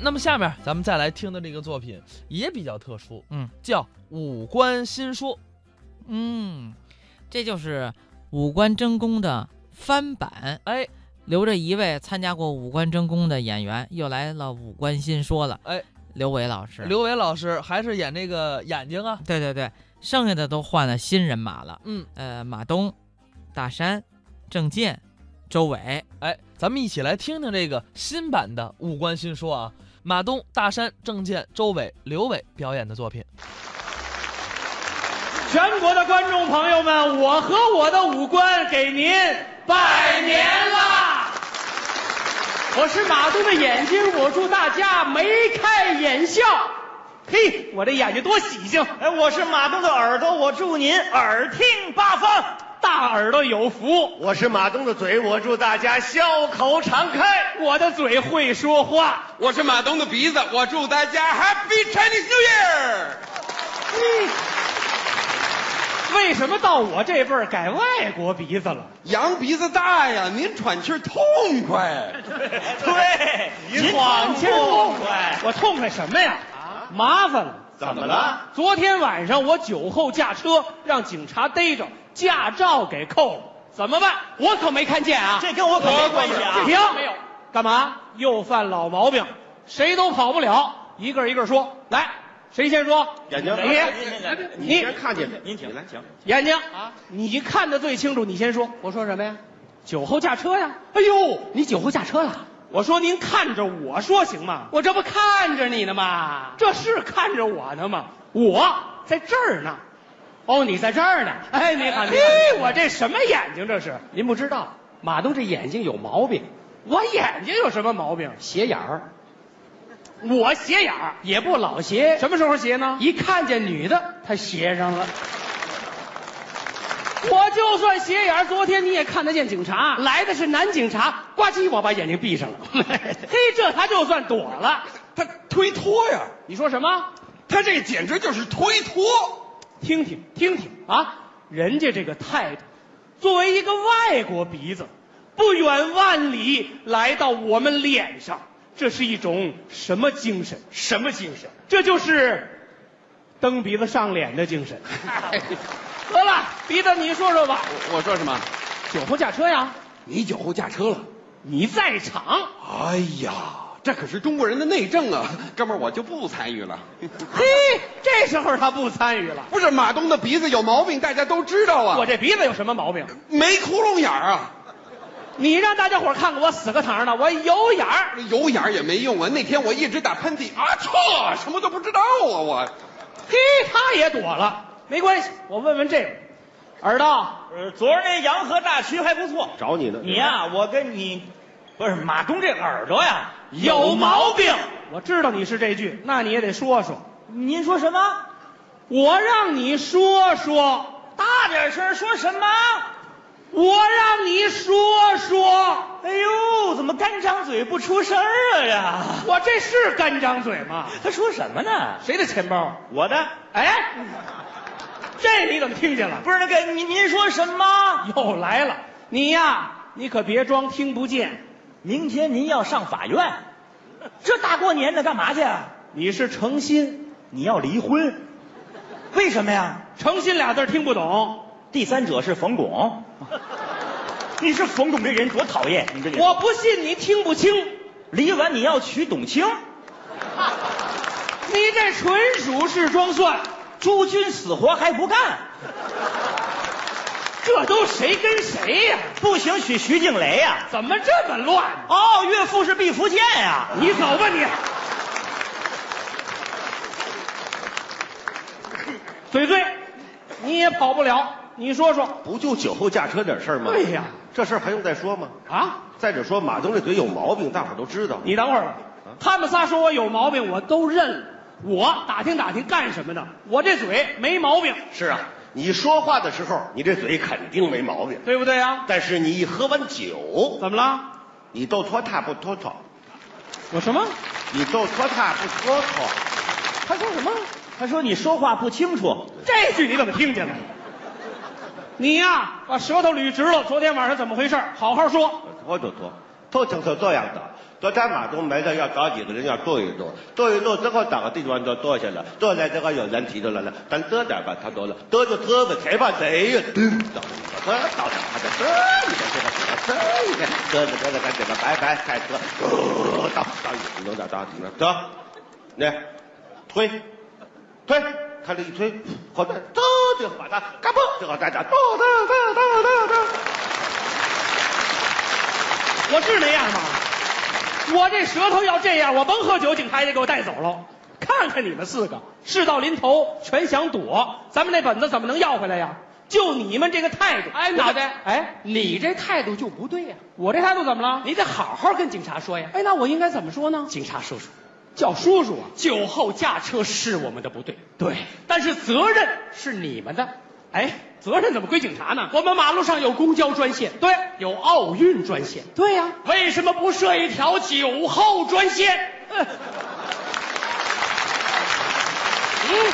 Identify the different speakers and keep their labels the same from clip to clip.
Speaker 1: 那么下面咱们再来听的这个作品也比较特殊，
Speaker 2: 嗯，
Speaker 1: 叫《五官新说》。
Speaker 2: 嗯，这就是五官争功的翻版，
Speaker 1: 哎
Speaker 2: 留着一位参加过五官争功的演员，又来了五官新说了，
Speaker 1: 哎，
Speaker 2: 刘伟老师，
Speaker 1: 刘伟老师还是演这个眼睛啊，
Speaker 2: 对对对，剩下的都换了新人马了，
Speaker 1: 嗯，
Speaker 2: 呃，马东、大山、郑健、周伟，
Speaker 1: 哎，咱们一起来听听这个新版的《五官新说》啊，马东、大山、郑健、周伟、刘伟表演的作品。
Speaker 3: 全国的观众朋友们，我和我的五官给您拜年啦！我是马东的眼睛，我祝大家眉开眼笑。嘿，我这眼睛多喜庆！哎，我是马东的耳朵，我祝您耳听八方，大耳朵有福。
Speaker 4: 我是马东的嘴，我祝大家笑口常开。
Speaker 3: 我的嘴会说话。
Speaker 5: 我是马东的鼻子，我祝大家 Happy Chinese New Year！
Speaker 3: 为什么到我这辈儿改外国鼻子了？
Speaker 5: 羊鼻子大呀，您喘气儿痛快。
Speaker 3: 对，您
Speaker 4: 喘气儿
Speaker 3: 痛
Speaker 4: 痛
Speaker 3: 快，我痛快什么呀？麻烦了。
Speaker 4: 怎么了？
Speaker 3: 昨天晚上我酒后驾车，让警察逮着，驾照给扣了，怎么办？我可没看见啊！这跟我可没关系啊！停，没有，干嘛？又犯老毛病，谁都跑不了，一个一个说，来，谁先说？
Speaker 4: 眼睛
Speaker 3: 你，
Speaker 4: 你先看见，您请，
Speaker 3: 眼睛啊，你看得最清楚，你先说。我说什么呀？酒后驾车呀！哎呦，你酒后驾车了？我说您看着我说行吗？我这不看着你呢吗？这是看着我呢吗？我在这儿呢。哦，你在这儿呢？哎，你好，你好。我这什么眼睛这是？您不知道，马东这眼睛有毛病。我眼睛有什么毛病？斜眼儿。我斜眼儿也不老斜，什么时候斜呢？一看见女的，他斜上了。我就算斜眼儿，昨天你也看得见警察，来的是男警察，呱唧，我把眼睛闭上了。 嘿，这他就算躲了。
Speaker 5: 他推脱呀，
Speaker 3: 你说什么？
Speaker 5: 他这简直就是推脱。
Speaker 3: 听听听听啊，人家这个态度，作为一个外国鼻子，不远万里来到我们脸上，这是一种什么精神？什么精神？这就是蹬鼻子上脸的精神。得了，鼻子你说说吧，
Speaker 5: 我说什么？
Speaker 3: 酒后驾车呀？
Speaker 5: 你酒后驾车了？
Speaker 3: 你在场？
Speaker 5: 哎呀，这可是中国人的内政啊，哥们儿，我就不参与了。
Speaker 3: 嘿，这时候他不参与了。
Speaker 5: 不是马东的鼻子有毛病，大家都知道啊。
Speaker 3: 我这鼻子有什么毛病？
Speaker 5: 没窟窿眼儿啊，
Speaker 3: 你让大家伙儿看看我死个堂呢，我有眼儿。
Speaker 5: 有眼儿也没用啊。那天我一直打喷嚏，啊错，什么都不知道啊我。
Speaker 3: 嘿，他也躲了，没关系，我问问这位，耳朵，
Speaker 6: 呃，昨儿那洋河大曲还不错。
Speaker 4: 找你呢。
Speaker 6: 你呀、我跟你，不是马东这耳朵呀
Speaker 3: 有毛
Speaker 6: 病。
Speaker 3: 我知道你是这句，那你也得说说。
Speaker 6: 您说什么？
Speaker 3: 我让你说说，
Speaker 6: 大点声，说什么？
Speaker 3: 我让你说说，
Speaker 6: 哎呦，怎么干张嘴不出声儿啊呀？
Speaker 3: 我这是干张嘴吗？
Speaker 6: 他说什么呢？
Speaker 3: 谁的钱包？
Speaker 6: 我的
Speaker 3: 哎，这你怎么听见了？
Speaker 6: 不是那个您您说什么？
Speaker 3: 又来了，你呀，你可别装听不见，
Speaker 6: 明天您要上法院，这大过年的干嘛去啊？
Speaker 3: 你是诚心，
Speaker 6: 你要离婚？为什么呀？
Speaker 3: 诚心俩字儿听不懂。
Speaker 6: 第三者是冯巩。你是冯巩这人多讨厌！你这人
Speaker 3: 我不信你听不清，
Speaker 6: 离完你要娶董卿，
Speaker 3: 你这纯属是装蒜。
Speaker 6: 朱军死活还不干，
Speaker 3: 这都谁跟谁呀、
Speaker 6: 不行娶徐静蕾呀、
Speaker 3: 怎么这么乱？
Speaker 6: 哦，岳父是毕福剑呀、
Speaker 3: 你走吧你。嘴醉，你也跑不了。你说说，哎
Speaker 4: 不就酒后驾车点事儿吗？
Speaker 3: 对呀
Speaker 4: 这事儿还用再说吗？
Speaker 3: 啊，
Speaker 4: 再者说，马东这嘴有毛病，大伙儿都知道。
Speaker 3: 你等会儿吧。他们仨说我有毛病，我都认了。我打听打听干什么的？我这嘴没毛病，
Speaker 4: 是啊，你说话的时候，你这嘴肯定没毛病，
Speaker 3: 对不对啊？
Speaker 4: 但是你一喝完酒，
Speaker 3: 怎么了？
Speaker 4: 你都拖沓不拖拖，
Speaker 3: 我什么？
Speaker 4: 你都拖沓不拖拖。
Speaker 3: 他说什么？
Speaker 6: 他说你说话不清楚，
Speaker 3: 这句你怎么听见了？你呀、把舌头捋直了。昨天晚上怎么回事？好好说。
Speaker 4: 拖就拖，拖成是这样的。昨天马东没事要找几个人要坐一坐，坐一坐之后找个地方就坐下了，坐下之后有人提出来了，咱这点吧，他说了，这就这吧，谁怕谁呀？真找这找啥的，这你这这个这个这个这个这个拜拜开车，到到有点到停了，走，那推推，他这一推，后边走就把他嘎嘣，这个大家哒哒哒哒哒哒。
Speaker 3: 我是那样吗？我这舌头要这样，我甭喝酒，警察也得给我带走了。看看你们四个，事到临头全想躲，咱们那本子怎么能要回来呀？就你们这个态度，哎，脑袋，哎，你这态度就不对呀、我这态度怎么了？你得好好跟警察说呀。哎，那我应该怎么说呢？警察叔叔，叫叔叔啊。酒后驾车是我们的不对，对，但是责任是你们的。哎，责任怎么归警察呢？我们马路上有公交专线，对，有奥运专线，对呀、为什么不设一条酒后专线？嗯，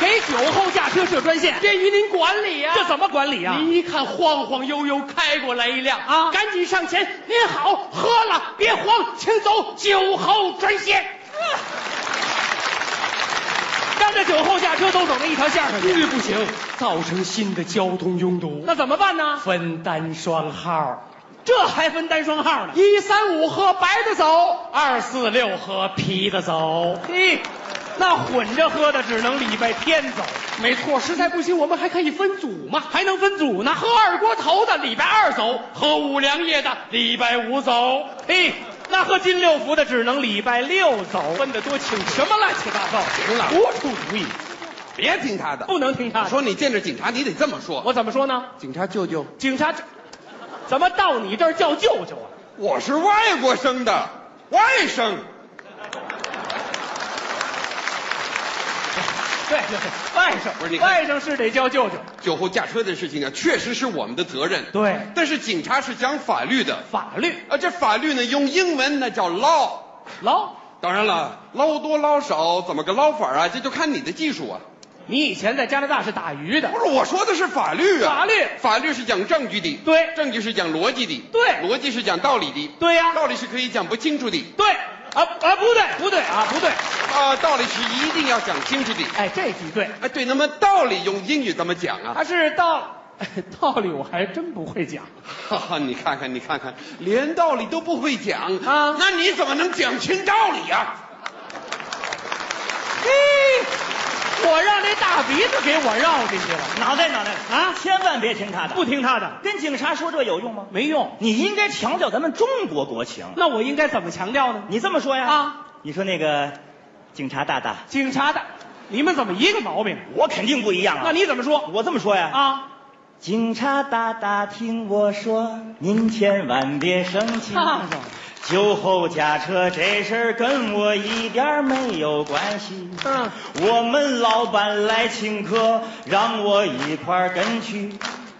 Speaker 3: 给酒后驾车设专线，便于您管理呀、这怎么管理呀、您一看晃晃悠悠开过来一辆啊，赶紧上前，您好，喝了别慌，请走酒后专线。让这酒后驾车都走那一条线上去，不行，造成新的交通拥堵。那怎么办呢？分单双号。这还分单双号呢？一三五喝白的走，二四六喝啤的走。嘿，那混着喝的只能礼拜天走。没错，实在不行我们还可以分组嘛，还能分组呢。喝二锅头的礼拜二走，喝五粮液的礼拜五走。嘿，那喝金六福的只能礼拜六走。分得多清，什么乱七八糟？
Speaker 5: 行了
Speaker 3: 不出主意，
Speaker 5: 别听他的。
Speaker 3: 不能听他
Speaker 5: 我
Speaker 3: 的。
Speaker 5: 说你见着警察，你得这么说。
Speaker 3: 我怎么说呢？
Speaker 5: 警察舅舅，
Speaker 3: 警察这，怎么到你这儿叫舅舅啊？
Speaker 5: 我是外国生的，外生。
Speaker 3: 对对对，外甥
Speaker 5: 不是你看
Speaker 3: 外甥是得叫舅舅。
Speaker 5: 酒后驾车的事情啊，确实是我们的责任。
Speaker 3: 对
Speaker 5: 但是警察是讲法律的，
Speaker 3: 法律
Speaker 5: 啊，这法律呢，用英文那叫 law。
Speaker 3: 老，
Speaker 5: 当然了，捞多捞少，怎么个捞法啊？这就看你的技术啊。
Speaker 3: 你以前在加拿大是打鱼的
Speaker 5: 不，是我说的是法律啊，
Speaker 3: 法律
Speaker 5: 法律是讲证据的，
Speaker 3: 对
Speaker 5: 证据是讲逻辑的，
Speaker 3: 对
Speaker 5: 逻辑是讲道理的，
Speaker 3: 对呀、
Speaker 5: 道理是可以讲不清楚的，
Speaker 3: 对啊啊，不对不对啊不对，
Speaker 5: 啊、道理是一定要讲清楚的。
Speaker 3: 哎，这句对，
Speaker 5: 哎，对，那么道理用英语怎么讲啊？
Speaker 3: 他是道 道理我还真不会讲，
Speaker 5: 哈哈，你看看，你看看，连道理都不会讲
Speaker 3: 啊
Speaker 5: 那你怎么能讲清道理啊？
Speaker 3: 嘿，我让那大鼻子给我绕进去了
Speaker 6: 脑袋脑袋
Speaker 3: 啊
Speaker 6: 千万别听他的，
Speaker 3: 不听他的
Speaker 6: 跟警察说这有用吗？
Speaker 3: 没用，
Speaker 6: 你应该强调咱们中国国情。
Speaker 3: 那我应该怎么强调呢？
Speaker 6: 你这么说呀？
Speaker 3: 啊，
Speaker 6: 你说那个警察大大，
Speaker 3: 警察的，你们怎么一个毛病？
Speaker 6: 我肯定不一样啊。
Speaker 3: 那你怎么说
Speaker 6: 我这么说呀？
Speaker 3: 啊？
Speaker 6: 警察大大，听我说，您千万别生气
Speaker 3: 啊。
Speaker 6: 酒后驾车这事儿跟我一点儿没有关系。
Speaker 3: 嗯，
Speaker 6: 我们老板来请客，让我一块儿跟去。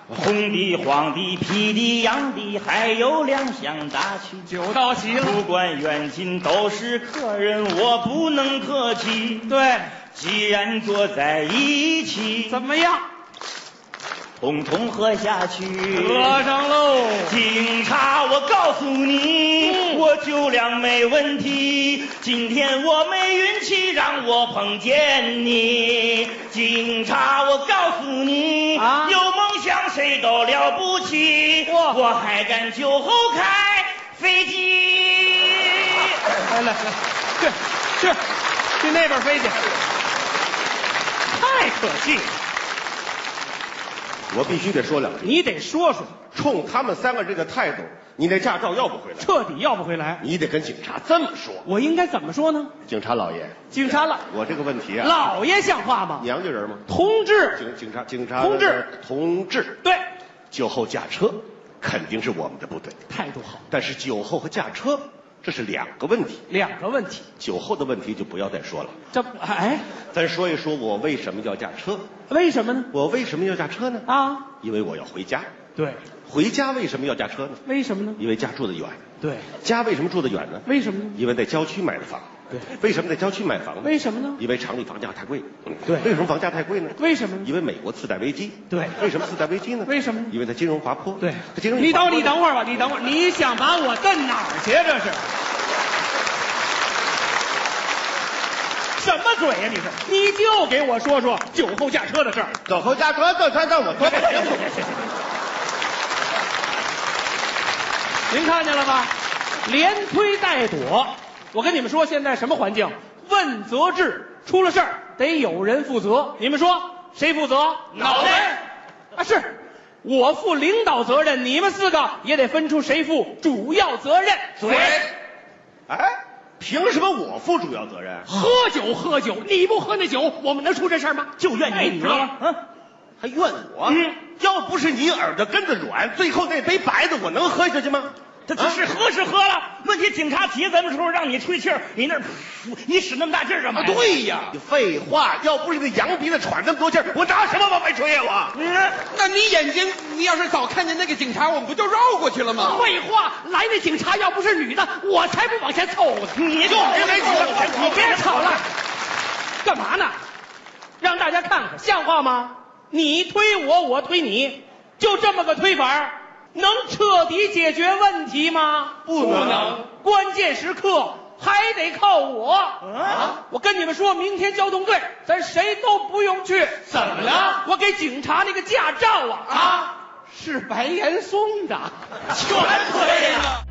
Speaker 6: 红的、黄的、啤的、洋的，还有两箱大曲。
Speaker 3: 酒到齐
Speaker 6: 不
Speaker 3: 了，
Speaker 6: 管远近都是客人，我不能客气。
Speaker 3: 对，
Speaker 6: 既然坐在一起，
Speaker 3: 怎么样？
Speaker 6: 统统喝下去。
Speaker 3: 喝上喽！
Speaker 6: 警察，我告诉你，我酒量没问题。今天我没运气，让我碰见你。警察，我告诉你，
Speaker 3: 啊
Speaker 6: 有梦想谁都了不起。
Speaker 3: 哇
Speaker 6: 我还敢酒后开飞机。
Speaker 3: 哎来来来，去去去那边飞去，太可气了！
Speaker 4: 我必须得说两句，
Speaker 3: 你得说说，
Speaker 4: 冲他们三个这个态度，你那驾照要不回来，
Speaker 3: 彻底要不回来，
Speaker 4: 你得跟警察这么说。
Speaker 3: 我应该怎么说呢？
Speaker 4: 警察老爷，
Speaker 3: 警察老
Speaker 4: 我这个问题啊，
Speaker 3: 老爷像话吗？
Speaker 4: 娘家人吗？
Speaker 3: 同志，
Speaker 4: 警警察警察
Speaker 3: 同志
Speaker 4: 同志，
Speaker 3: 对，
Speaker 4: 酒后驾车肯定是我们的不对，
Speaker 3: 态度好。
Speaker 4: 但是酒后和驾车这是两个问题，
Speaker 3: 两个问题，
Speaker 4: 酒后的问题就不要再说了。
Speaker 3: 这不哎，
Speaker 4: 咱说一说我为什么要驾车？
Speaker 3: 为什么呢？
Speaker 4: 我为什么要驾车呢？
Speaker 3: 啊，
Speaker 4: 因为我要回家。
Speaker 3: 对，
Speaker 4: 回家为什么要驾车呢？
Speaker 3: 为什么呢？
Speaker 4: 因为家住得远。
Speaker 3: 对，
Speaker 4: 家为什么住得远呢？
Speaker 3: 为什么呢？
Speaker 4: 因为在郊区买的房。
Speaker 3: 对，
Speaker 4: 为什么在郊区买房呢？
Speaker 3: 为什么呢？
Speaker 4: 因为城里房价太贵。嗯
Speaker 3: 对
Speaker 4: 为什么房价太贵呢？
Speaker 3: 为什么呢？
Speaker 4: 因为美国次贷危机。
Speaker 3: 对
Speaker 4: 为什么次贷危机呢？
Speaker 3: 为什么呢
Speaker 4: 因为它金融滑坡。它金融
Speaker 3: 你
Speaker 4: 一滑
Speaker 3: 等
Speaker 4: 坡
Speaker 3: 你等会儿吧，你等会儿，你想把我蹬哪儿去？这是，什么嘴呀、你这，你就给我说说酒后驾车的事儿。
Speaker 4: 走后驾车，这才让我说不清楚。
Speaker 3: 您看见了吧？连推带躲。我跟你们说，现在什么环境？问责制，出了事儿得有人负责。你们说谁负责？
Speaker 6: 脑袋
Speaker 3: 啊，是我负领导责任，你们四个也得分出谁负主要责任。
Speaker 6: 嘴
Speaker 4: 哎，凭什么我负主要责任？
Speaker 3: 喝酒喝酒，你不喝那酒，我们能出这事儿吗？哎
Speaker 6: 就怨你，你知道吗？嗯，
Speaker 4: 还怨我？
Speaker 6: 嗯
Speaker 4: 要不是你耳朵根子软，最后那杯白的我能喝下去吗？
Speaker 6: 这只是喝是喝了，问题警察提咱们时候让你吹气儿，你那儿噗你使那么大劲儿干嘛
Speaker 4: 啊，
Speaker 6: 呀？
Speaker 4: 对呀，你废话，要不是那羊鼻子喘那么多气儿，我拿什么往外吹呀、我？
Speaker 6: 嗯，
Speaker 5: 那你眼睛，你要是早看见那个警察，我们不就绕过去了吗？
Speaker 3: 啊废话，来那警察要不是女的，我才不往前凑呢。
Speaker 6: 你就
Speaker 4: 别来几个
Speaker 3: 你别吵了，干嘛呢？让大家看看，像话吗？你推我，我推你，就这么个推法儿，能彻底解决问题吗？
Speaker 4: 不能不能
Speaker 3: 关键时刻还得靠我。啊！我跟你们说，明天交通队咱谁都不用去。怎么了？我给警察那个驾照啊啊，是白岩松的。
Speaker 6: 全可以了。